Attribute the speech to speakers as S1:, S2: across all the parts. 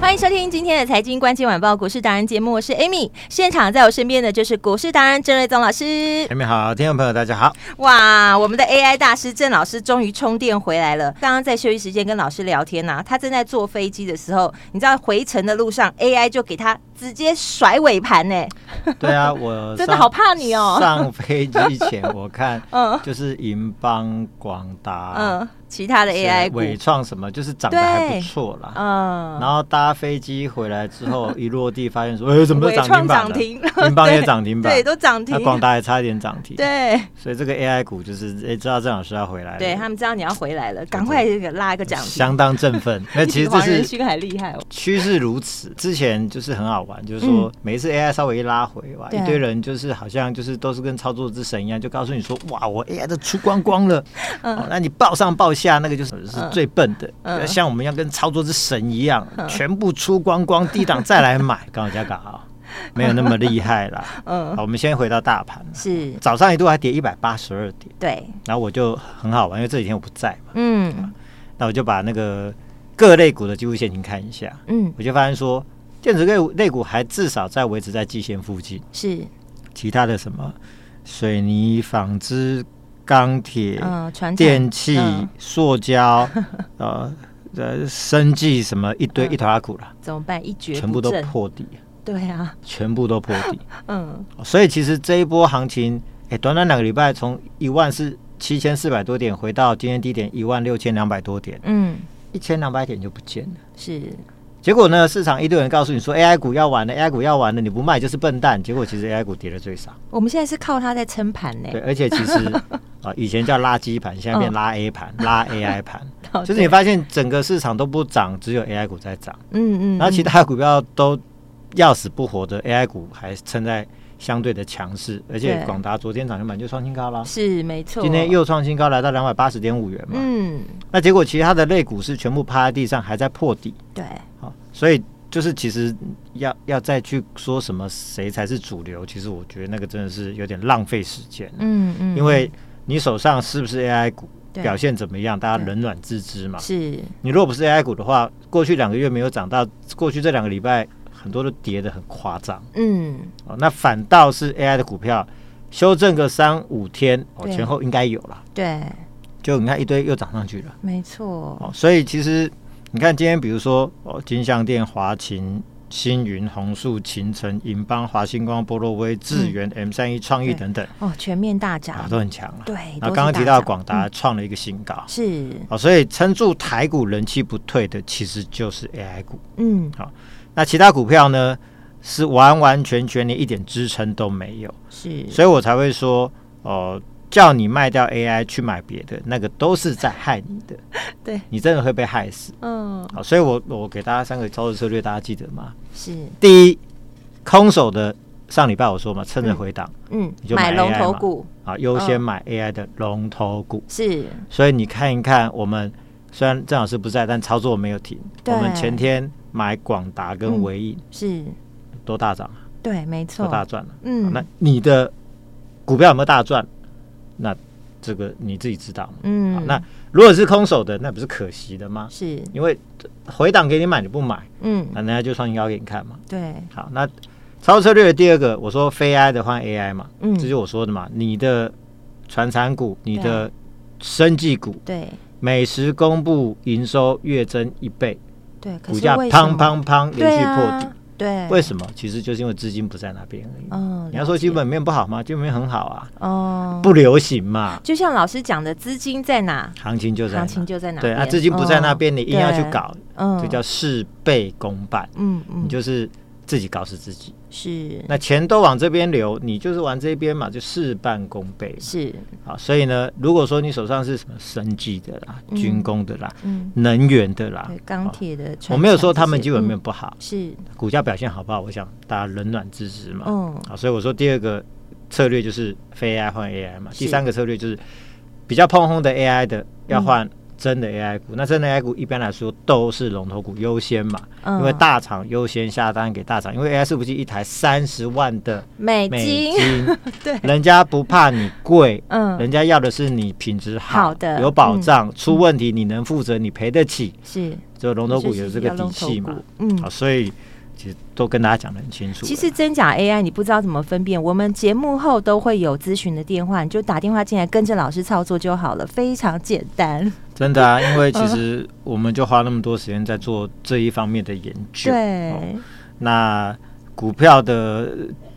S1: 欢迎收听今天的财经关键晚报股市达人节目，我是 Amy。现场在我身边的就是股市达人郑瑞宗老师。
S2: 前面哎好，听众朋友大家 好。
S1: 哇，我们的 AI 大师郑老师终于充电回来了。刚刚在休息时间跟老师聊天呐、啊他正在坐飞机的时候，你知道回程的路上 AI 就给他直接甩尾盘呢、
S2: 对啊，我
S1: 真的
S2: 上
S1: 好怕你哦
S2: 上飞机 前我看，
S1: 嗯
S2: 就是银邦、广达，
S1: 嗯，其他的
S2: 啊是
S1: AI 股，
S2: 伟创什么，就是涨得还
S1: 对
S2: 不错啦。
S1: 嗯，
S2: 然后搭飞机回来之后，一落地发 现说，哎，怎么
S1: 伟
S2: 都涨
S1: 创
S2: 停板
S1: 涨
S2: 了？
S1: 停，
S2: 银邦也涨停 板，
S1: 对，都涨停
S2: 那，广达也差一点涨停。，
S1: 对。
S2: 所以这个 AI 股就是，哎，知道郑老师要回来了，
S1: 对他们知道你要回来了，赶快给拉一个奖品。
S2: 相当振奋。那哎其实 这
S1: 黄仁
S2: 是
S1: 勋还厉害哦，
S2: 趋势如此，之前就是很好玩，就是说每一次 AI 稍微一拉回，哇，
S1: 嗯对啊
S2: 一堆人就是好像就是都是跟操作之神一样，就告诉你说，哇，我 AI 都出光光了，哦，那你报上报下那个就是是最笨的，
S1: 嗯
S2: 像我们要跟操作之神一样，全部出光光，低档再 来买，搞人家搞啊，没有那么厉害啦。
S1: 嗯，
S2: 好，我们先回到大盘，
S1: 是，
S2: 早上一度还跌一百八十二点，
S1: 对，
S2: 然后我就很好玩，因为这几天我不在嘛，
S1: 嗯
S2: 那我就把那个各类股的技术线型看一下。
S1: 嗯，
S2: 我就发现说，电子类股类股还至少在维持在季线附近，
S1: 是，
S2: 其他的什么水泥、纺织、钢铁、
S1: 嗯，传
S2: 电
S1: 产
S2: 器、
S1: 嗯
S2: 塑胶，呃 呃，生技什么一堆、
S1: 嗯
S2: 一头拉苦了，
S1: 怎么办？一蹶
S2: 全
S1: 不
S2: 部都
S1: 振
S2: 破底，
S1: 对啊，
S2: 全部都破底。
S1: 嗯，
S2: 所以其实这一波行情，哎，短短两个礼拜，从一万四七千四百多点回到今天低点一万六千两百多点，
S1: 嗯，
S2: 一千两百点就不见了。
S1: 是，
S2: 结果呢，市场一堆人告诉你说 AI 股要完了，AI 股要完了，你不卖就是笨蛋。结果其实 AI 股跌的最少，
S1: 我们现在是靠它在撑盘呢，
S2: 对，而且其实啊，以前叫垃圾盘，现在变
S1: 嗯
S2: 拉 A 盘、拉 AI 盘，
S1: 哦
S2: 就是你，发现整个市场都不涨，只有 AI 股在涨，
S1: 对嗯嗯，
S2: 然后其
S1: 他，
S2: 他股票都要死不活的，AI 股还撑在相对的强势，而且
S1: 对
S2: 广达昨天涨停板就创新高啦。
S1: 是没错，
S2: 今天又创新高，来到两百八十点五元嘛。
S1: 嗯，
S2: 那结果其他的类股是全部趴在地上，还在破底。
S1: 对，
S2: 好、所以就是其实要要再去说什么谁才是主流，其实我觉得那个真的是有点浪费时间，
S1: 嗯嗯，
S2: 因为你手上是不是 AI 股？
S1: 对
S2: 表现怎么样？大家
S1: 对
S2: 冷暖自知嘛。
S1: 是，
S2: 你如果不是 AI 股的话，过去两个月没有涨到，过去这两个礼拜很多都跌得很夸张
S1: 嗯，
S2: 哦。那反倒是 AI 的股票修正个三五天哦，
S1: 对
S2: 前后应该有了，
S1: 对，
S2: 就你看一堆又涨上去了。
S1: 没错，
S2: 哦，所以其实你看今天，比如说哦，金项店、华勤、星云、红树、秦城、银邦、华星光、波洛威、智源、M 三一、创意
S1: 对
S2: 等等
S1: 哦，全面大
S2: 啊，
S1: 涨，
S2: 都很强了。
S1: 嗯对，都
S2: 那
S1: 是
S2: 刚刚提
S1: 大嗯
S2: 到
S1: 涨
S2: 广达创了一个新高，
S1: 是，
S2: 哦，所以撑住台股人气不退的，其实就是 AI 股。
S1: 嗯，
S2: 那其他股票呢，是完完全全连一点支撑都没有，
S1: 是，
S2: 所以我才会说哦。叫你卖掉 AI 去买别的，那个都是在害你的，
S1: 对，
S2: 你真的会被害死。
S1: 嗯，
S2: 好，所以我我给大家三个操作策略，大家记得吗？
S1: 是，
S2: 第一，空手的上礼拜我说嘛，趁着回档
S1: 嗯
S2: 你，就
S1: 买
S2: 买
S1: 龙
S2: AI
S1: 头
S2: 嘛
S1: 股
S2: 啊，优先买 AI 的龙头股。
S1: 是，
S2: 所以你看一看，我们虽然郑老师不在，但操作没有停。
S1: 对
S2: 我们前天买广达跟维影、
S1: 是，
S2: 多大涨啊，
S1: 对，没错
S2: 多，大赚了、
S1: 嗯
S2: 好那你的股票有没有大赚？那这个你自己知道嘛。好
S1: 嗯，
S2: 那如果是空手的，那不是可惜的吗？
S1: 是，
S2: 因为回档给你买，你不买，
S1: 嗯，
S2: 那人家就创新高给你看嘛。
S1: 对，
S2: 好，那操作策略的第二个，我说非 AI 的换 AI 嘛，
S1: 嗯啊
S2: 这就是我说的嘛，你的传产股、你的生技股、
S1: 对，
S2: 美食公布营收月增一倍，
S1: 对，可
S2: 股
S1: 是
S2: 价
S1: 为
S2: 砰
S1: 什么
S2: 砰砰连续破底，，
S1: 对啊，
S2: 为
S1: 对，
S2: 什么？其实就是因为资金不在那边而已。
S1: 嗯
S2: 你要说
S1: 了解
S2: 基本面不好吗？基本面很好啊，
S1: 哦，
S2: 不流行嘛，
S1: 就像老师讲的，资金在哪，
S2: 行情就在那
S1: 行情就在哪
S2: 对
S1: 边，
S2: 啊，资金不在那边，
S1: 嗯
S2: 你硬要去，搞，
S1: 对嗯，
S2: 这叫事倍功半，
S1: 嗯嗯，
S2: 你就是自己搞死自己。
S1: 是
S2: 那钱都往这边流，你就是往这边嘛，就事半功倍嘛
S1: 是，
S2: 啊。所以呢，如果说你手上是什么生技的啦、军工的啦、
S1: 嗯，
S2: 能源的啦
S1: 对，钢铁的船厂这些，
S2: 啊我没有说他们基本面不好
S1: 嗯，是
S2: 股价表现好不好，我想大家冷暖自知嘛。
S1: 嗯
S2: 啊，所以我说第二个策略就是非 AI 换 AI 嘛，
S1: 是嗯
S2: 第三个策略就是比较碰轰的 AI 的要换真的 AI 股。那真的 AI 股一般来说都是龙头股优先嘛，
S1: 嗯
S2: 因为大厂优先下单给大厂，因为 AI 伺服器一台三十万的
S1: 美
S2: 美
S1: 金，
S2: 金，
S1: 对
S2: 人家不怕你贵。
S1: 嗯
S2: 人家要的是你品质好，
S1: 好的嗯
S2: 有保障，出问题你能负责，你赔得起，
S1: 是
S2: 就龙头股有这个底气
S1: 就是比较
S2: 嘛
S1: 龙头股。嗯
S2: 好，所以其实都跟大家讲的很清楚了。
S1: 其实真假 AI 你不知道怎么分辨，我们节目后都会有咨询的电话，你就打电话进来跟着老师操作就好了，非常简单。
S2: 真的
S1: 嗯
S2: 啊，因为其实我们就花那么多时间在做这一方面的研究。哦
S1: 对，
S2: 那股票的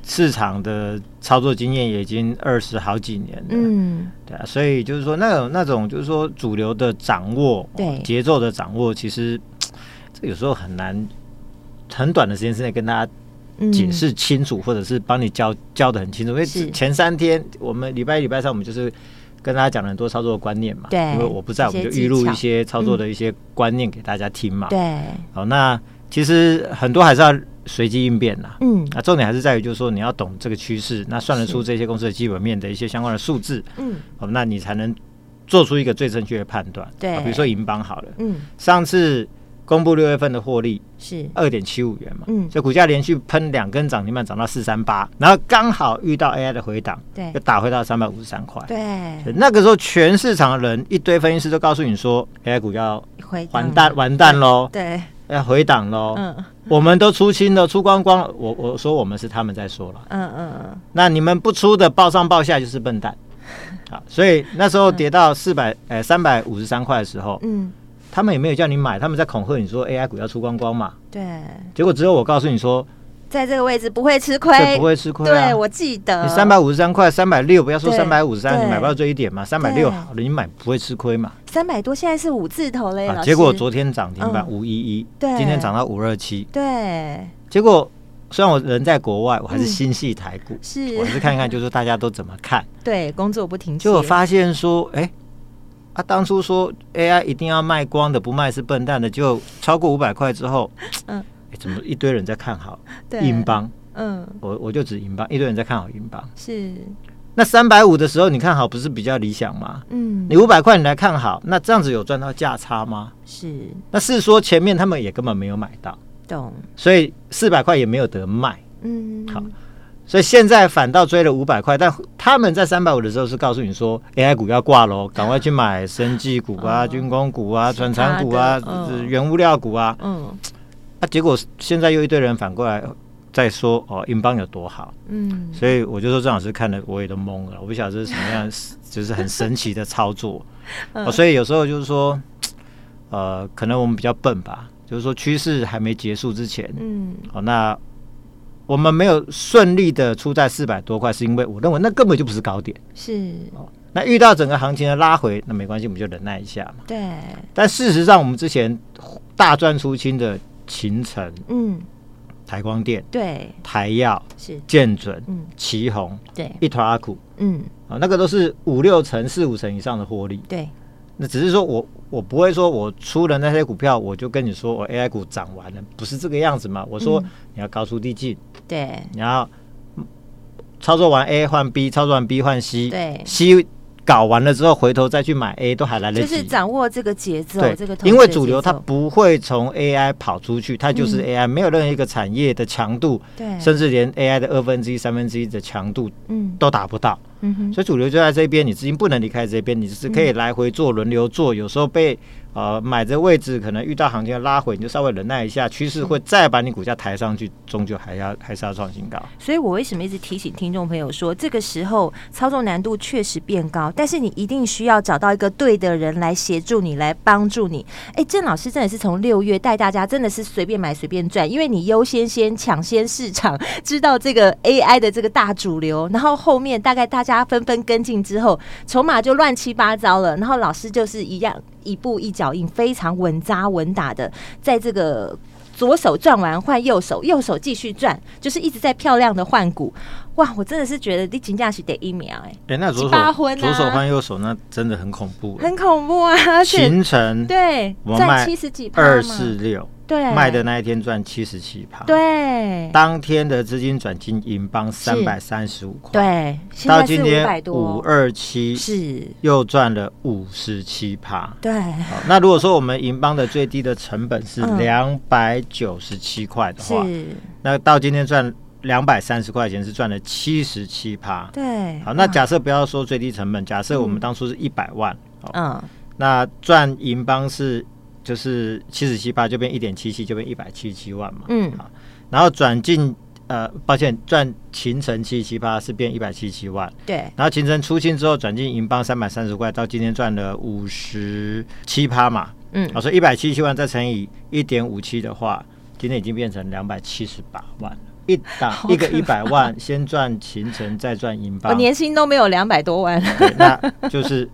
S2: 市场的操作经验也已经二十好几年了，，
S1: 嗯，
S2: 对啊，所以就是说那种那种就是说主流的掌握，
S1: 对
S2: 节奏的掌握，其实这有时候很难。很短的时间之内跟大家
S1: 嗯
S2: 解释清楚，或者是帮你教教的很清楚，因为
S1: 是
S2: 前三天我们礼拜一、礼拜三我们就是跟大家讲了很多操作的观念嘛，
S1: 对
S2: 因为我不在，
S1: 一
S2: 我
S1: 些
S2: 们就预录
S1: 技巧嗯
S2: 一些操作的一些观念给大家听嘛，
S1: 对，
S2: 好，那其实很多还是要随机应变啦。
S1: 嗯
S2: 那、重点还是在于，就是说你要懂这个趋势，那算得出
S1: 是
S2: 这些公司的基本面的一些相关的数字，
S1: 嗯
S2: 好，那你才能做出一个最正确的判断。
S1: 对
S2: 啊比如说银邦好了，
S1: 嗯，
S2: 上次公布六月份的获利
S1: 是
S2: 二点七五元嘛，
S1: 嗯
S2: 所以股价连续喷两根涨停板，涨到四三八，然后刚好遇到 AI 的回档，
S1: 对
S2: 又打回到三百五十三块。
S1: 对，
S2: 那个时候，全市场的人一堆分析师都告诉你说，AI 股要
S1: 回答
S2: 完蛋完蛋喽，
S1: 嗯对，
S2: 要回档喽。
S1: 嗯
S2: 我们都出清了，出光光了。我我说我们是他们在说了，
S1: 嗯嗯
S2: 那你们不出的报上报下就是 笨蛋。好，所以那时候跌到四百呃三百五十三块的时候，
S1: 嗯，
S2: 他们也没有叫你买，他们在恐吓你说 AI 股要出光光嘛。
S1: 对，
S2: 结果只有我告诉你说，
S1: 在这个位置不会吃
S2: 这
S1: 亏，
S2: 不会吃亏啊
S1: 对，。我记得
S2: 你三百五十三块、三百六，不要说
S1: 呃对
S2: 三百五十三，
S1: 对
S2: 你买不到这一点嘛，三百
S1: 对
S2: 六好了，你买不会吃亏嘛。
S1: 三百多，现在是五字头嘞，
S2: 啊
S1: 老师。
S2: 结果昨天涨停板
S1: 嗯
S2: 五一一，
S1: 对
S2: 今天涨到五二七，
S1: 对
S2: 结果虽然我人在国外，我还是心系台股，
S1: 嗯是
S2: 我还是看看就是大家都怎么 看。
S1: 对，工作不停歇，
S2: 结果发现说，哎、啊，当初说 AI 一定要卖光的，不卖是笨蛋的，就超过五百块之后，
S1: 嗯
S2: 嗯、怎么一堆人在看好
S1: 对
S2: 英镑？
S1: 嗯
S2: 我我就指英镑，一堆人在看好英镑。
S1: 是
S2: 那三百五的时候，你看好不是比较理想吗？
S1: 嗯
S2: 你五百块你来看好，那这样子有赚到价差吗？
S1: 是
S2: 那是说前面他们也根本没有买到，
S1: 懂
S2: 所以四百块也没有得卖。
S1: 嗯
S2: 好所以现在反倒追了五百块，但他们在三百五的时候是告诉你说 AI 股要挂喽，赶快去买生技股啊、军工股啊、
S1: 哦其他
S2: 转
S1: 的
S2: 产股啊、
S1: 嗯
S2: 呃原物料股啊。
S1: 嗯
S2: 啊，结果现在又一堆人反过来在说哦，英镑有多好，
S1: 嗯
S2: 所以我就说郑老师看了我也都懵了，我不晓得这是什么样，就是很神奇的操作。哦，所以有时候就是说，呃，可能我们比较笨吧，就是说趋势还没结束之前，
S1: 嗯
S2: 好，那我们没有顺利的出在四百多块，是因为我认为那根本就不是高点。
S1: 是
S2: 那遇到整个行情的拉回，那没关系，我们就忍耐一下嘛。
S1: 对
S2: 但事实上，我们之前大赚出清的秦城、
S1: 嗯
S2: 台光电、
S1: 对
S2: 台药、
S1: 是
S2: 建准、
S1: 嗯
S2: 旗宏、
S1: 对
S2: 一团阿苦
S1: 嗯
S2: 啊，那个都是五六成、四五成以上的获利。
S1: 对
S2: 那只是说我我不会说我出了那些股票，我就跟你说我 AI 股涨完了，不是这个样子嘛？我说
S1: 嗯
S2: 你要高出低进，
S1: 对
S2: 你要嗯操作完 A 换 B，操作完 B 换 C，
S1: 对
S2: ，C 搞完了之后回头再去买 A 都还来得
S1: 就
S2: 及。
S1: 是掌握这个节奏，
S2: 对
S1: 这个，投资
S2: 因为
S1: 的
S2: 主流
S1: 节
S2: 它
S1: 奏嗯
S2: 不会从 AI 跑出去，它就是 AI，、没有任何一个产业的强度，
S1: 对
S2: 甚至连 AI 的二分之一、三分之一的强度
S1: 嗯
S2: 都达不到。
S1: 嗯哼
S2: 所以主流就在这边，你资金不能离开这边，你只是可以来回做轮流做，有时候被呃买的位置可能遇到行情的拉回，你就稍微忍耐一下，趋势会再把你股价抬上去，终究还要还是要创新高。
S1: 所以我为什么一直提醒听众朋友说，这个时候操作难度确实变高，但是你一定需要找到一个对的人来协助你，来帮助你。哎，郑老师真的是从六月带大家，真的是随便买随便赚，因为你优先先抢先市场，知道这个 AI 的这个大主流，然后后面大概大家纷纷跟进之后，筹码就乱七八糟了，然后老师就是一样一步一脚印，非常稳扎稳打的，在这个。左手转完换右手，右手继续转，就是一直在漂亮的换股。哇，我真的是觉得你金价是得一秒哎、
S2: 哎，那左
S1: 七八
S2: 手
S1: 婚啊
S2: 左手换右手，那真的很恐怖。
S1: 很恐怖啊！而且
S2: 行程
S1: 对
S2: 我，们
S1: 占
S2: 卖
S1: 七十几趴嘛
S2: 二四六，
S1: 对
S2: 卖的那一天赚七十七趴，，
S1: 对
S2: 当天的资金转进银邦
S1: 是
S2: 三百三十五块，
S1: 对，现
S2: 到
S1: 在是
S2: 今
S1: 五百
S2: 天
S1: 多，
S2: 五二七
S1: 是，
S2: 又赚了五十七趴。
S1: 对，
S2: 好那如果说我们银邦的最低的成本是
S1: 嗯
S2: 两百九十七块的话，
S1: 是，
S2: 那到今天赚两百三十块钱是赚了七十七趴。
S1: 对。
S2: 好，那
S1: 哇
S2: 假设不要说最低成本，假设我们当初是一百万，好
S1: 嗯，
S2: 那赚银邦是就是七十七趴，就变一点七七，就变一百七十七万嘛。
S1: 嗯
S2: 好，然后转进呃，抱歉，赚秦城七十七趴是变一百七十七万，
S1: 对，
S2: 然后秦城出清之后转进银邦三百三十块，到今天赚了五十七趴嘛。哦
S1: 嗯
S2: 好，所以一百七十七万再乘以一点五七的话，今天已经变成两百七十八万了。一档一个一百万，先赚秦城，再赚银
S1: 我
S2: 邦，
S1: 年薪都没有两百多万，
S2: 对，那就是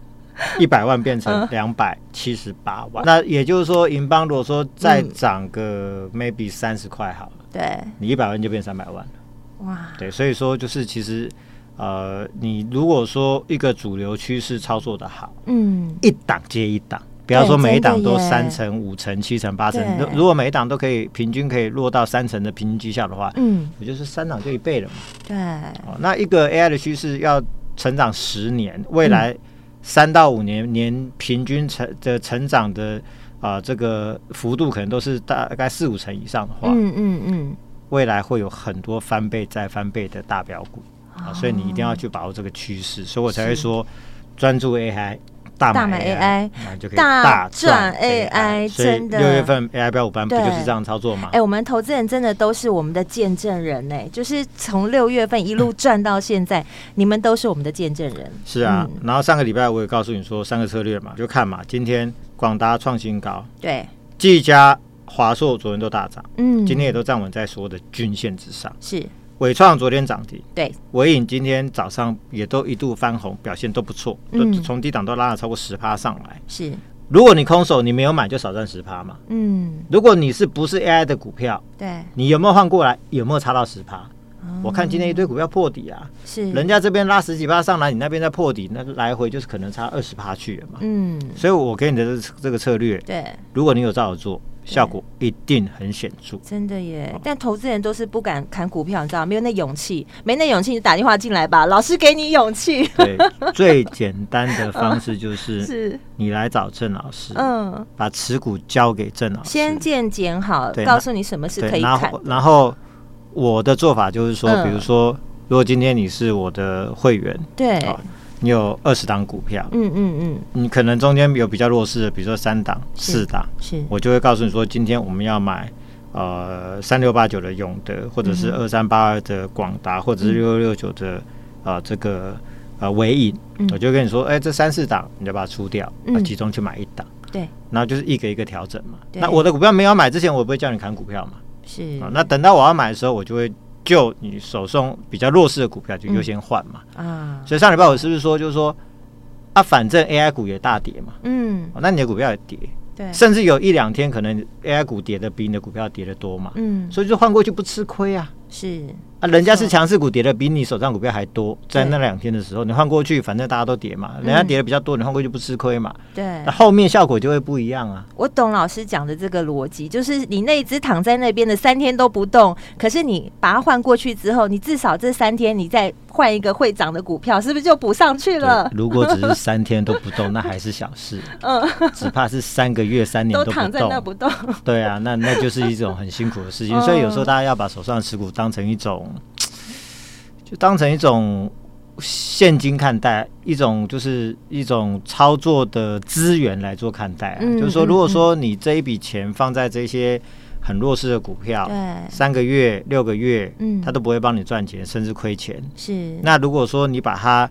S2: 一百万变成两百七十八万。那也就是说，银邦如果说再涨个 maybe 三十块好了，
S1: 对，
S2: 你一百万就变三百万了。
S1: 哇，
S2: 对，所以说就是其实呃，你如果说一个主流趋势操作的好，
S1: 嗯，
S2: 一档接一档。不要说每一档
S1: 真
S2: 都
S1: 的耶
S2: 三成、五成、七成、八成，
S1: 对
S2: 如如果每一档都可以平均可以落到三成的平均绩效的话，
S1: 嗯，
S2: 也就是三档就一倍了嘛。
S1: 对，
S2: 哦，那一个 AI 的趋势要成长十年，未
S1: 嗯
S2: 来三到五年年平均成的成长的啊、这个幅度可能都是大概四五成以上的话，
S1: 嗯嗯嗯，
S2: 未来会有很多翻倍再翻倍的大标股
S1: 哦
S2: 啊，所以你一定要去把握这个趋势，所以我才会说专注 AI。大
S1: 大
S2: 买
S1: 买
S2: AI，那你就可以
S1: 大
S2: 大
S1: 赚
S2: 赚
S1: AI
S2: 所以
S1: 真的
S2: 六月份 AI 标股班不
S1: 对
S2: 就是这样操作吗
S1: 哎、？我们投资人真的都是我们的见证人呢、就是从六月份一 路赚到现在，你们都是我们的见证人。
S2: 是啊
S1: 嗯，
S2: 然后上个礼拜我也告诉你说三个策略嘛，就看嘛。今天广达创新高，
S1: 对，
S2: 技嘉、华硕昨天都大涨，
S1: 嗯，
S2: 今天也都站稳在所有的均线之上。
S1: 是
S2: 伟创昨天涨停，
S1: 对，
S2: 伟影今天早上也都一度翻红，表现都不错，
S1: 嗯
S2: 都从低档都拉了超过十趴上来。
S1: 是，
S2: 如果你空手，你没有买就少赚十趴嘛。
S1: 嗯，
S2: 如果你是不是 AI 的股票，
S1: 对，
S2: 你有没有换过来？有没有差到十趴？我看今天一堆股票破底啊，
S1: 哦是
S2: 人，家这边拉十几趴上来，你那边在破底，那来回就是可能差二十趴去了嘛。
S1: 嗯，
S2: 所以我给你的这这个策略，
S1: 对，
S2: 如果你有照着做，效果一定很显著。
S1: 真的耶。但投资人都是不敢砍股票，你知道吗没有那勇气，没那勇气你就打电话进来吧，老师给你勇气。
S2: 对，最简单的方式就 是
S1: 是，
S2: 你来找郑老师，
S1: 嗯，
S2: 把持股交给郑老师，
S1: 先见减好，
S2: 对
S1: 告
S2: 那
S1: 诉你什么是可
S2: 对，
S1: 以
S2: 然
S1: 砍
S2: 后。然后我的做法就是说，
S1: 嗯
S2: 比如说，如果今天你是我的会员，
S1: 对，
S2: 啊你有二十档股票，
S1: 嗯嗯嗯，
S2: 你可能中间有比较弱势的，比如说三档、
S1: 是
S2: 四档，
S1: 是，
S2: 我就会告诉你说，今天我们要买。呃，三六八九的永德，或者
S1: 嗯
S2: 是二三八二的广达，或者是六六九的啊、呃这个呃伟影，
S1: 嗯
S2: 我就跟你说，哎、这三四档你就把它出掉，
S1: 嗯
S2: 啊集中去买一档，
S1: 对，
S2: 然后就是一个一个调整嘛。
S1: 对嗯
S2: 那我的股票没有买之前，我不会叫你砍股票嘛。
S1: 是
S2: 啊，那等到我要买的时候，我就会就你手中比较弱势的股票就优先换嘛。
S1: 啊，
S2: 所以上礼拜我是不是说，就是说啊，反正 AI 股也大跌嘛，
S1: 嗯，
S2: 哦那你的股票也跌，
S1: 对，
S2: 甚至有一两天可能 AI 股跌的比你的股票跌的多嘛，
S1: 嗯，
S2: 所以就换过去不吃亏啊。
S1: 是，
S2: 啊，人家
S1: 没
S2: 是
S1: 错
S2: 强势股跌的比你手上股票还多，在那两天的时候，你换过去，反正大家都跌嘛，人家跌的比较多，你换过去不吃亏嘛，
S1: 嗯对
S2: 那。后面效果就会不一样啊。
S1: 我懂老师讲的这个逻辑，就是你那一只躺在那边的三天都不动，可是你把它换过去之后，你至少这三天你再换一个会涨的股票，是不是就补上去了
S2: 对？如果只是三天都不动，那还是小事，
S1: 嗯，
S2: 只怕是三个月、三年
S1: 都
S2: 都
S1: 躺
S2: 不
S1: 在那
S2: 动。
S1: 不动，
S2: 对啊，那那就是一种很辛苦的 事情。
S1: 嗯
S2: 所以有时候大家要把手上的持股当成一种，就当成一种现金看待，一种就是一种操作的资源来做看待、啊。
S1: 嗯
S2: 就是说，
S1: 嗯
S2: 如果说你这一笔钱放在这些很弱势的股票，
S1: 嗯对，
S2: 三个月、六个月，
S1: 嗯
S2: 它都不会帮你赚钱，甚至亏钱。
S1: 是，
S2: 那如果说你把它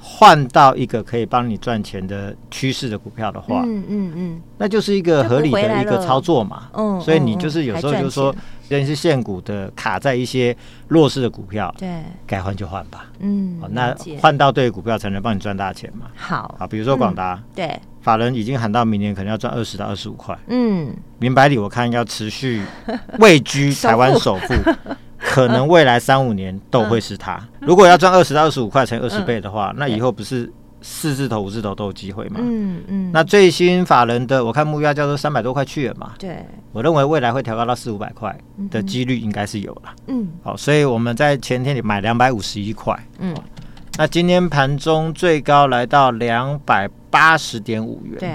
S2: 换到一个可以帮你赚钱的趋势的股票的话，
S1: 嗯嗯嗯，
S2: 那就是一个合理
S1: 就不回
S2: 的
S1: 来
S2: 一个
S1: 了
S2: 操作嘛。
S1: 嗯
S2: 所以你
S1: 嗯
S2: 就是有时候
S1: 还赚
S2: 就是说
S1: 钱，
S2: 人是现股的卡在一些弱势的股票，
S1: 对，
S2: 该换就换吧。
S1: 嗯
S2: 好，，那
S1: 了解嗯
S2: 换到对的股票才能帮你赚大钱嘛。
S1: 好，
S2: 啊，比如说广达，
S1: 对，
S2: 法人已经喊到明年可能要赚二十到二十五块，
S1: 嗯，
S2: 明白里我看要持续 位居
S1: 首
S2: 台湾
S1: 富嗯
S2: 首富，可能未来三五年都会是他。如果要赚二十到二十五块乘二十倍的话，那以后不是四字头、五字头都有机会嘛？
S1: 嗯嗯，
S2: 那最新法人的，我看目标叫做三百多块去了嘛，
S1: 对，
S2: 我认为未来会调高到四五百块的
S1: 嗯哼
S2: 几率应该是有了。
S1: 嗯
S2: 好，所以我们在前天里买两百五十一块，
S1: 嗯，
S2: 那今天盘中最高来到两百八十点五元，
S1: 对，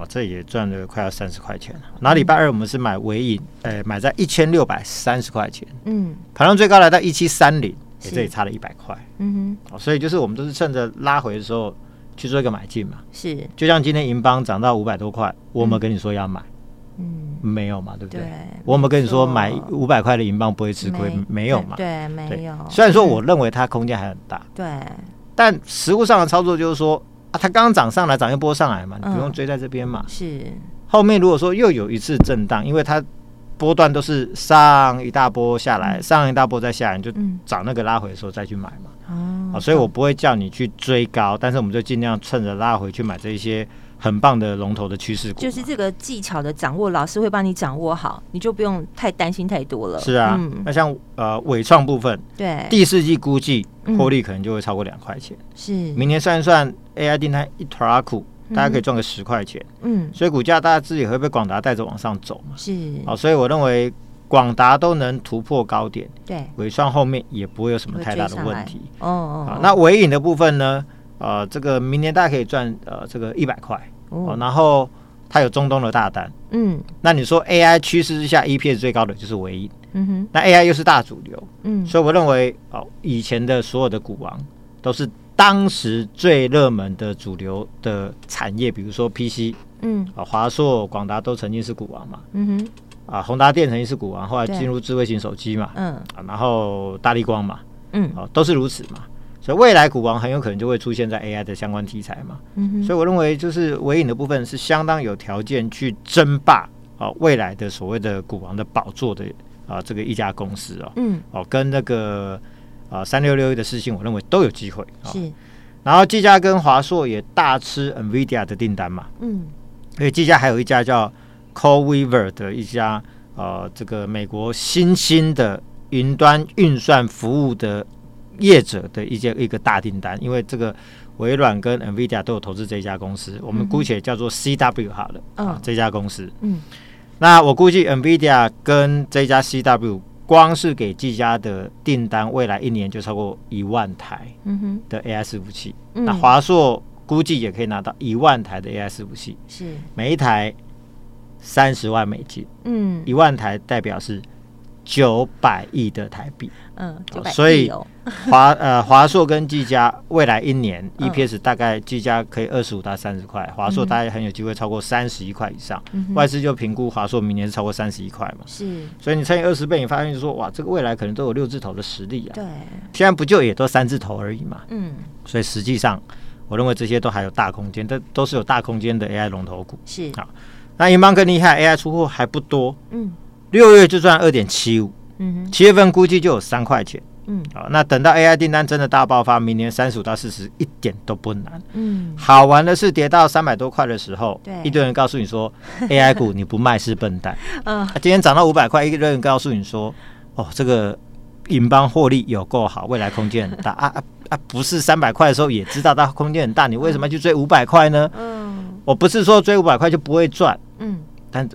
S2: 哦，这也赚了快要三十块钱了。然后礼拜二我们是买尾影，呃，买在一千六百三十块钱，
S1: 嗯
S2: 盘中最高来到一七三零，
S1: 是
S2: 这也差了一百块。
S1: 嗯
S2: 哦，所以就是我们都是趁着拉回的时候去做一个买进嘛
S1: 哼，。是，
S2: 就像今天银邦涨到五百多块，我们跟你说要买，
S1: 嗯，
S2: 没有嘛，对不对？
S1: 对
S2: 我们跟你说
S1: 没错
S2: 买五百块的银邦不会吃亏，没有嘛？
S1: 对，没有，
S2: 虽然说我认为它空间还很大，
S1: 对，
S2: 但实物上的操作就是说啊，它刚刚涨上来，涨一波上来嘛，你不用
S1: 嗯
S2: 追在这边嘛。
S1: 是，
S2: 后面如果说又有一次震荡，因为它波段都是上一大波下来，上一大波再下来，你就
S1: 嗯
S2: 找那个拉回的时候再去买嘛。
S1: 哦
S2: 啊，所以我不会叫你去追高，但是我们就尽量趁着拉回去买这一些很棒的龙头的趋势股嘛。
S1: 就是这个技巧的掌握，老师会帮你掌握好，你就不用太担心太多了。
S2: 是啊，
S1: 嗯，
S2: 那像呃伟创部分，
S1: 对，
S2: 第四季估计
S1: 嗯
S2: 获利可能就会超过两块钱。
S1: 是，
S2: 明年算一算，AI 订单一 t r 库，大家可以
S1: 嗯
S2: 赚个十块钱，
S1: 嗯，
S2: 所以股价大家自己会被广达带着往上走嘛。哦
S1: 是，
S2: 好，所以我认为广达都能突破高点，
S1: 对，
S2: 尾创后面也不会有什么
S1: 会
S2: 太
S1: 追
S2: 大的
S1: 上
S2: 问
S1: 来
S2: 题。
S1: 哦哦
S2: 啊，，那
S1: 哦
S2: 尾影的部分呢？呃，这个明年大家可以赚呃这个一百块哦，
S1: 哦，
S2: 然后它有中东的大单。
S1: 嗯
S2: 那你说 AI 趋势之下，EPS 最高的就是尾影，
S1: 嗯哼，
S2: 那 AI 又是大主流，
S1: 嗯，
S2: 所以我认为哦，以前的所有的股王都是当时最热门的主流的产业，比如说 PC
S1: 嗯
S2: 啊、华硕、广达都曾经是股王嘛，
S1: 嗯哼，
S2: 啊，宏达电曾经是股王，后来
S1: 对
S2: 进入智慧型手机嘛，
S1: 嗯
S2: 啊，然后大力光嘛，
S1: 嗯
S2: 啊，都是如此嘛。所以未来股王很有可能就会出现在 AI 的相关题材嘛。
S1: 嗯哼，
S2: 所以我认为就是微影的部分是相当有条件去争霸啊未来的所谓的股王的宝座的啊这个一家公司哦
S1: 嗯
S2: 哦、跟那个啊三六六一的事情，我认为都有机会啊。
S1: 是，
S2: 然后技嘉跟华硕也大吃 NVIDIA 的订单嘛，
S1: 嗯
S2: 因为技嘉还有一家叫 CoreWeaver 的一家呃，这个美国新兴的云端运算服务的业者的一些一个大订单，因为这个微软跟 NVIDIA 都有投资这家公司，我们姑且叫做 CW 好了，
S1: 嗯
S2: 啊，这家公司。
S1: 嗯
S2: 那我估计 NVIDIA 跟这家 CW 光是给技嘉的订单，未来一年就超过一万台
S1: 嗯哼，
S2: 的 AI 伺服器。
S1: 嗯
S2: 那华硕估计也可以拿到一万台的 AI 伺服器。
S1: 是，
S2: 每一台三十万美金，
S1: 嗯
S2: 一万台代表是九百亿的台币。
S1: 嗯，九
S2: 哦
S1: 百
S2: 所以
S1: 哦，
S2: 华 呃华硕跟技嘉未来一年
S1: 嗯
S2: EPS 大概技嘉可以二十五到三十块，华硕大概很有机会超过三十一块以上。
S1: 嗯哼
S2: 外资就评估华硕明年是超过三十一块嘛，
S1: 是，
S2: 所以你乘以二十倍，你发现说哇，这个未来可能都有六字头的实力啊。
S1: 对，
S2: 现在不就也都三字头而已嘛，
S1: 嗯
S2: 所以实际上我认为这些都还有大空间，这都是有大空间的 AI 龙头股。
S1: 是，
S2: 好那银邦更厉害，AI 出货还不多，
S1: 嗯
S2: 六月就赚二点七五，
S1: 嗯哼，
S2: 七月份估计就有三块钱。
S1: 嗯
S2: 好，那等到 AI 订单真的大爆发，明年三十五到四十一点都不难。
S1: 嗯
S2: 好玩的是，跌到三百多块的时候
S1: 对，
S2: 一堆人告诉你说 AI 股你不卖是笨蛋。
S1: 嗯
S2: 啊、今天涨到五百块，一堆人告诉你说，哦，这个银邦获利有够好，未来空间很大啊啊啊！不是三百块的时候也知道它空间很大，你为什么要去追五百块呢？
S1: 嗯
S2: 我不是说追五百块就不会赚，
S1: 嗯，
S2: 但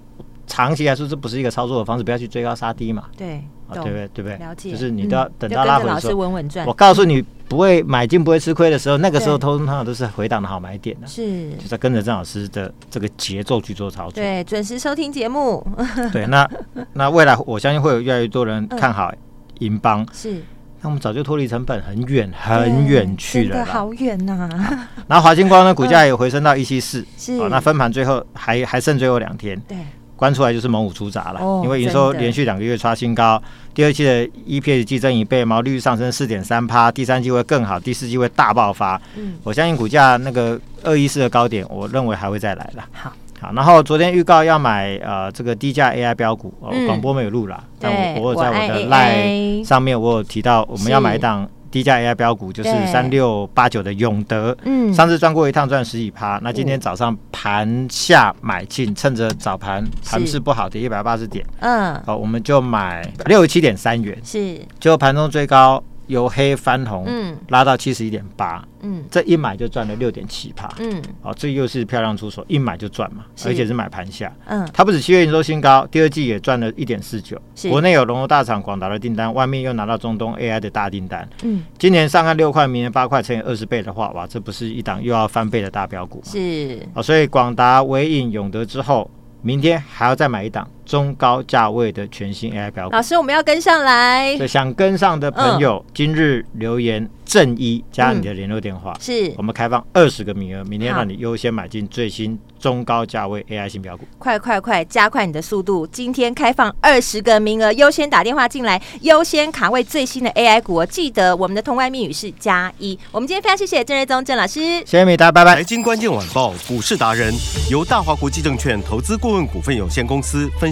S2: 长期来说这不是一个操作的方式，不要去追高杀低嘛。
S1: 对，
S2: 啊，
S1: 懂
S2: 对不对？对不对？
S1: 了解，
S2: 就是你都要
S1: 嗯
S2: 等
S1: 就
S2: 到
S1: 跟
S2: 拉
S1: 着
S2: 回
S1: 老
S2: 的时
S1: 师
S2: 候，
S1: 稳稳赚
S2: 我，告诉你不会买进不会吃亏的时候，那个时候
S1: 对
S2: 通常都是回档的好买点的、
S1: 是
S2: 就是要跟着郑老师的这个节奏去做操作。
S1: 对，准时收听节目
S2: 嗯对，那那 未来我相信会有越来越多人看好银邦，
S1: 是
S2: 那我们早就脱离成本很远很远去
S1: 对真
S2: 了
S1: 的
S2: 啦。
S1: 好远 呐，
S2: 然后华星光呢，股价也回升到一七四，
S1: 是
S2: 哦那分盘最后还还剩最后两天，
S1: 对，
S2: 关出来就是猛虎出闸了，
S1: 哦
S2: 因为营收
S1: 真的
S2: 连续两个月刷新高，第二季的 EPS 季增一倍，毛利率上升四点三趴，第三季会更好，第四季会大爆发。
S1: 嗯，
S2: 我相信股价那个二一四的高点，我认为还会再来啦。
S1: 好，
S2: 好，然后昨天预告要买呃这个低价 AI 标股，哦
S1: 嗯
S2: 广、播没有录啦，但
S1: 对
S2: 我我有在我的
S1: 我爱 AI
S2: 赖上面我有提到我们要买一档低价 AI 标股，就是
S1: 对
S2: 三六八九的永德。
S1: 嗯，哦
S2: 上次赚过一趟，赚十几趴。那今天早上盘下买进，趁着早盘盘势不好，跌一百八十点，
S1: 嗯
S2: 好，我们就买六十七点三元，
S1: 是，
S2: 结果盘中最高由黑翻红，
S1: 嗯
S2: 拉到七十一点八，
S1: 嗯
S2: 这一买就赚了六点七趴。
S1: 嗯
S2: 好、这又是漂亮出手，一买就赚嘛，
S1: 是
S2: 而且是买盘下。
S1: 嗯，
S2: 它不止七月营收新高，第二季也赚了一点四九。
S1: 是
S2: 国内有龙头大厂广达的订单，外面又拿到中东 AI 的大订单。
S1: 嗯
S2: 今年上岸六块，明年八块，乘以二十倍的话，哇，这不是一档又要翻倍的大标股吗？
S1: 是，
S2: 哦，所以广达、伟影、永德之后，明天还要再买一档中高价位的全新 AI 标股
S1: 老。师我们要跟上来
S2: 所，以想跟上的朋友，今日留言正一加你的联络电话。
S1: 是
S2: 我们开放二十个名额，明天
S1: 好
S2: 让你优先买进最新中高价位 AI 新标股。
S1: 快快快，加快你的速度！今天开放二十个名额，优先打电话进来，优先卡位最新的 AI 股哦。记得我们的通关密语是加一。我们今天非常谢谢郑瑞宗郑老师。
S2: 谢谢米达，拜拜
S3: 财。经关键晚报股市达人由大华国际证券投资顾问股份有限公司分